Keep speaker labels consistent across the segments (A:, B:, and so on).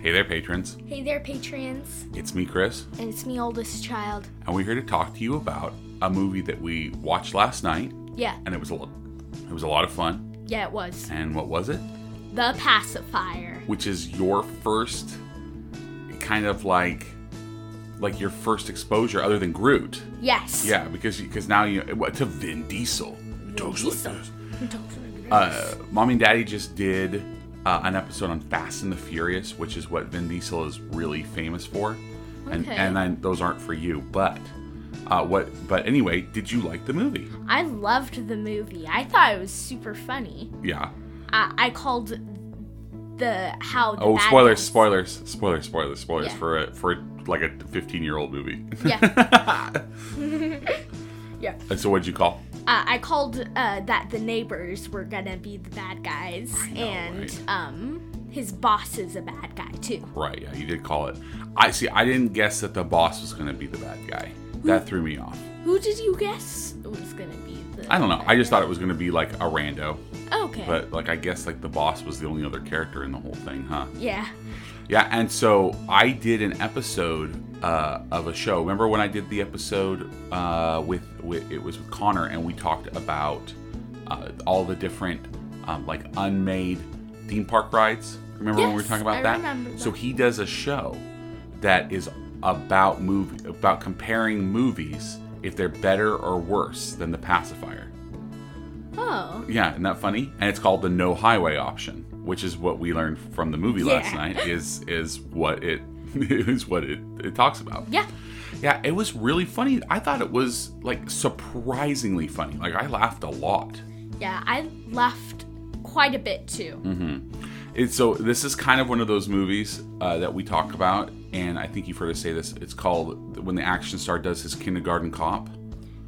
A: Hey there, patrons.
B: Hey there, patrons.
A: It's me, Chris,
B: And it's me, oldest child.
A: and we're here to talk to you about a movie that we watched last night,
B: Yeah,
A: and it was a lot, it was a lot of fun.
B: yeah, it was.
A: And what was it?
B: The pacifier.
A: Which is your first kind of like, like your first exposure other than Groot.
B: Yes.
A: Yeah, because because now you know to Vin Diesel. It talks like
B: Diesel.
A: this.
B: Uh,
A: Uh, Mom and Daddy just did uh, an episode on Fast and the Furious, which is what Vin Diesel is really famous for, and
B: Okay.
A: and then those aren't for you, but. Uh, what? But anyway, did you like the movie?
B: I loved the movie. I thought it was super funny.
A: Yeah.
B: I, I called the how. The
A: Oh,
B: bad
A: spoilers,
B: guys-
A: spoilers, spoilers, spoilers, spoilers
B: Yeah.
A: for a for like a 15 year old movie.
B: Yeah. yeah.
A: and so, what'd you call?
B: Uh, I called uh, that the neighbors were gonna be the bad guys,
A: know,
B: and
A: right?
B: um, his boss is a bad guy too.
A: Right. Yeah, you did call it. I see. I didn't guess that the boss was going to be the bad guy. That threw me off.
B: Who did you guess was gonna be the?
A: I don't know. I just thought it was going to be like a rando,
B: Okay.
A: but like I guess like the boss was the only other character in the whole thing, huh?
B: yeah.
A: Yeah, and so I did an episode uh, of a show. Remember when I did the episode uh, with, with it was with Connor, and we talked about uh, all the different um, like unmade theme park rides. Remember when we were
B: Yes,
A: talking about
B: I
A: that?
B: remember
A: So
B: that.
A: he does a show that is about movie about comparing movies if they're better or worse than the pacifier.
B: Oh.
A: Yeah, isn't that funny? And it's called the no highway option, which is what we learned from the movie last
B: Yeah.
A: night. Is is what it is what it, it talks about.
B: Yeah.
A: Yeah, it was really funny. I thought it was like surprisingly funny. Like I laughed a lot.
B: Yeah, I laughed quite a bit too.
A: Hmm. It's so this is kind of one of those movies uh, that we talk about, and I think you've heard us say this. It's called when the action star does his kindergarten cop.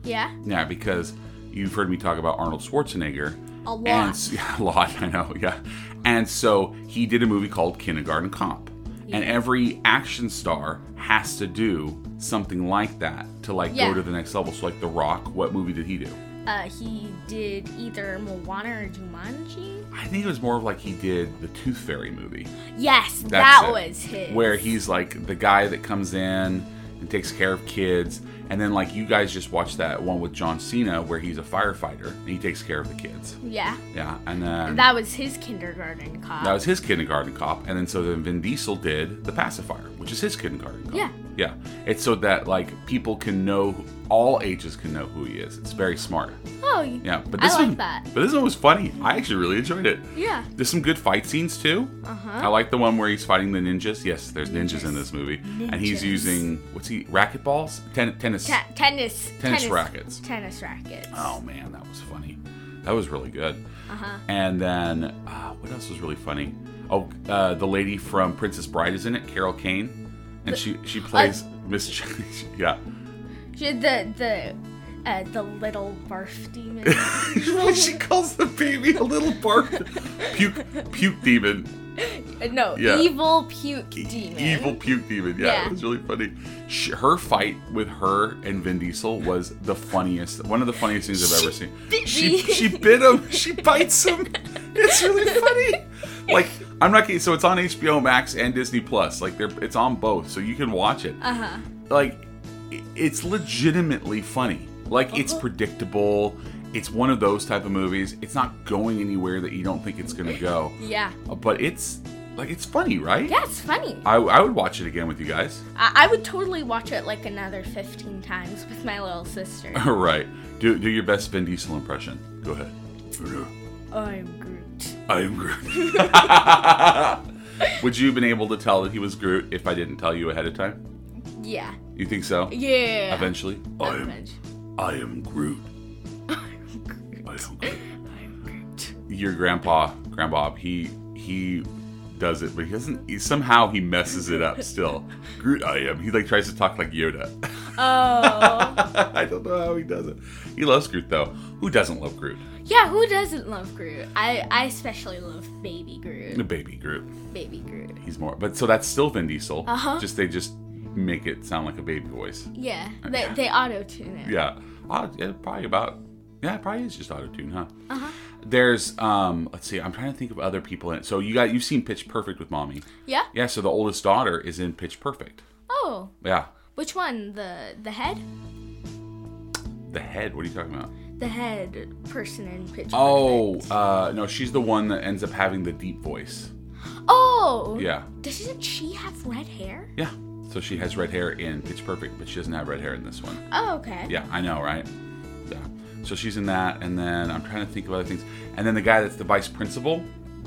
B: Yeah.
A: Yeah, because you've heard me talk about Arnold Schwarzenegger.
B: A lot.
A: And, s- yeah, a lot, I know, yeah. And so he did a movie called Kindergarten Cop. And every action star has to do something like that to like
B: Yeah.
A: go to the next level. So like The Rock, what movie did he do?
B: Uh, he did either Moana or Jumanji.
A: I think it was more of like he did the Tooth Fairy movie.
B: Yes,
A: That's
B: that
A: it.
B: was his.
A: Where he's like the guy that comes in and takes care of kids. And then like you guys just watched that one with John Cena where he's a firefighter and he takes care of the kids.
B: Yeah.
A: Yeah. And then
B: That was his kindergarten cop.
A: That was his kindergarten cop, and then so then Vin Diesel did the pacifier, which is his kindergarten cop.
B: Yeah.
A: yeah. It's so that like people can know, all ages can know who he is. It's very smart.
B: oh,
A: Yeah, but
B: I
A: this
B: like
A: one,
B: that.
A: but this one was funny. I actually really enjoyed it.
B: yeah.
A: There's some good fight scenes too.
B: Uh-huh.
A: I like the one where he's fighting the ninjas. Yes, there's ninjas, in
B: Ninjas.
A: this movie, and he's
B: Ninjas.
A: using what's he racket balls, Ten- tennis.
B: Te- tennis,
A: Tennis rackets.
B: Tennis rackets.
A: Oh man, that was funny. That was really good.
B: Uh huh.
A: And then uh, what else was really funny? Oh, uh, the lady from Princess Bride is in it, Carol Kane, and she she plays Miss. Ch- yeah,
B: The the uh, the little barf demon. Uh,
A: she calls the baby a little bark puke puke demon,
B: Uh, no,
A: Yeah. E-,
B: evil puke demon.
A: evil puke demon. Yeah,
B: Yeah.
A: it was really funny. She, her fight with her and Vin Diesel was the funniest, one of the funniest things I've ever seen.
B: bit
A: she
B: me.
A: she bit him. She bites him. It's really funny. Like I'm not kidding. So it's on HBO Max and Disney Plus. Like they're it's on both, so you can watch it.
B: Uh huh.
A: like i- it's legitimately funny like it's
B: Uh-huh.
A: predictable it's one of those type of movies it's not going anywhere that you don't think it's gonna go
B: Yeah.
A: but it's like it's funny right
B: Yeah, it's funny.
A: I, I would watch it again with you guys
B: I, I would totally watch it like another 15 times with my little sister.
A: all right do, do your best vin diesel impression go ahead
B: Oh, I'm Groot.
A: i'm groot would you have been able to tell that he was groot if i didn't tell you ahead of time
B: Yeah.
A: you think so
B: Yeah.
A: eventually
B: Avenge.
A: i am groot
B: I'm Groot.
A: i am groot
B: I'm Groot.
A: your grandpa, grandpa, he he does it, but he doesn't. He, somehow he messes it up. Still, Groot, I am. He like tries to talk like Yoda.
B: Oh.
A: I don't know how he does it. He loves Groot though. Who doesn't love Groot?
B: yeah, who doesn't love Groot? I, I especially love Baby
A: The
B: Groot.
A: baby Groot.
B: Baby Groot.
A: He's more. But so that's still Vin Diesel.
B: Uh-huh.
A: Just they just make it sound like a baby voice.
B: Yeah. They, they auto tune it.
A: Yeah. Uh, yeah probably about. Yeah, it probably is just auto tune, huh?
B: Uh huh.
A: there's um let's see i'm trying to think of other people in it so you got you've seen pitch perfect with mommy
B: Yeah.
A: yeah so the oldest daughter is in pitch perfect
B: Oh,
A: yeah
B: which one? The the head?
A: the head what are you talking about
B: The head person in Pitch
A: oh uh no she's the one that ends up having the deep voice
B: Perfect. Oh.
A: yeah
B: Doesn't she have red hair?
A: yeah so she has red hair in pitch perfect but she doesn't have red hair in this one
B: Oh, okay.
A: Yeah, I know, right? Yeah. So she's in that, and then I'm trying to think of other things. And then the guy that's the vice principal,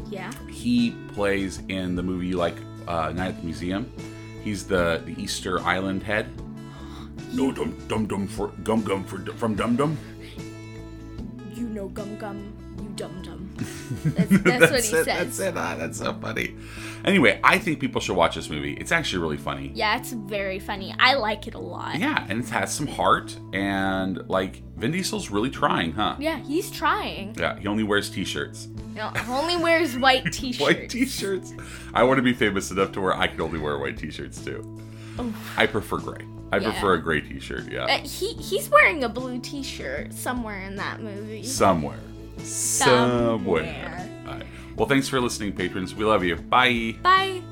B: Yeah.
A: he plays in the movie like uh, Night at the Museum. He's the the Easter Island head. No dum dum dum for gum gum for from dum dum.
B: You know gum gum, you dum dum. That's, that's, what he
A: it,
B: says.
A: That's it. Ah, that's so funny. Anyway, I think people should watch this movie. It's actually really funny.
B: Yeah, it's very funny. I like it a lot.
A: Yeah, and it has some heart, and like Vin Diesel's really trying, huh?
B: Yeah, he's trying.
A: Yeah, he only wears t-shirts.
B: No, only wears white t-shirts.
A: white t-shirts. I want to be famous enough to where I can only wear white t-shirts too. I prefer gray. I
B: Yeah.
A: prefer a gray t-shirt. Yeah,
B: Uh, he he's wearing a blue t-shirt somewhere in that movie.
A: somewhere. Somewhere.
B: Somewhere.
A: All right. Well, thanks for listening, patrons. We love you. Bye.
B: Bye.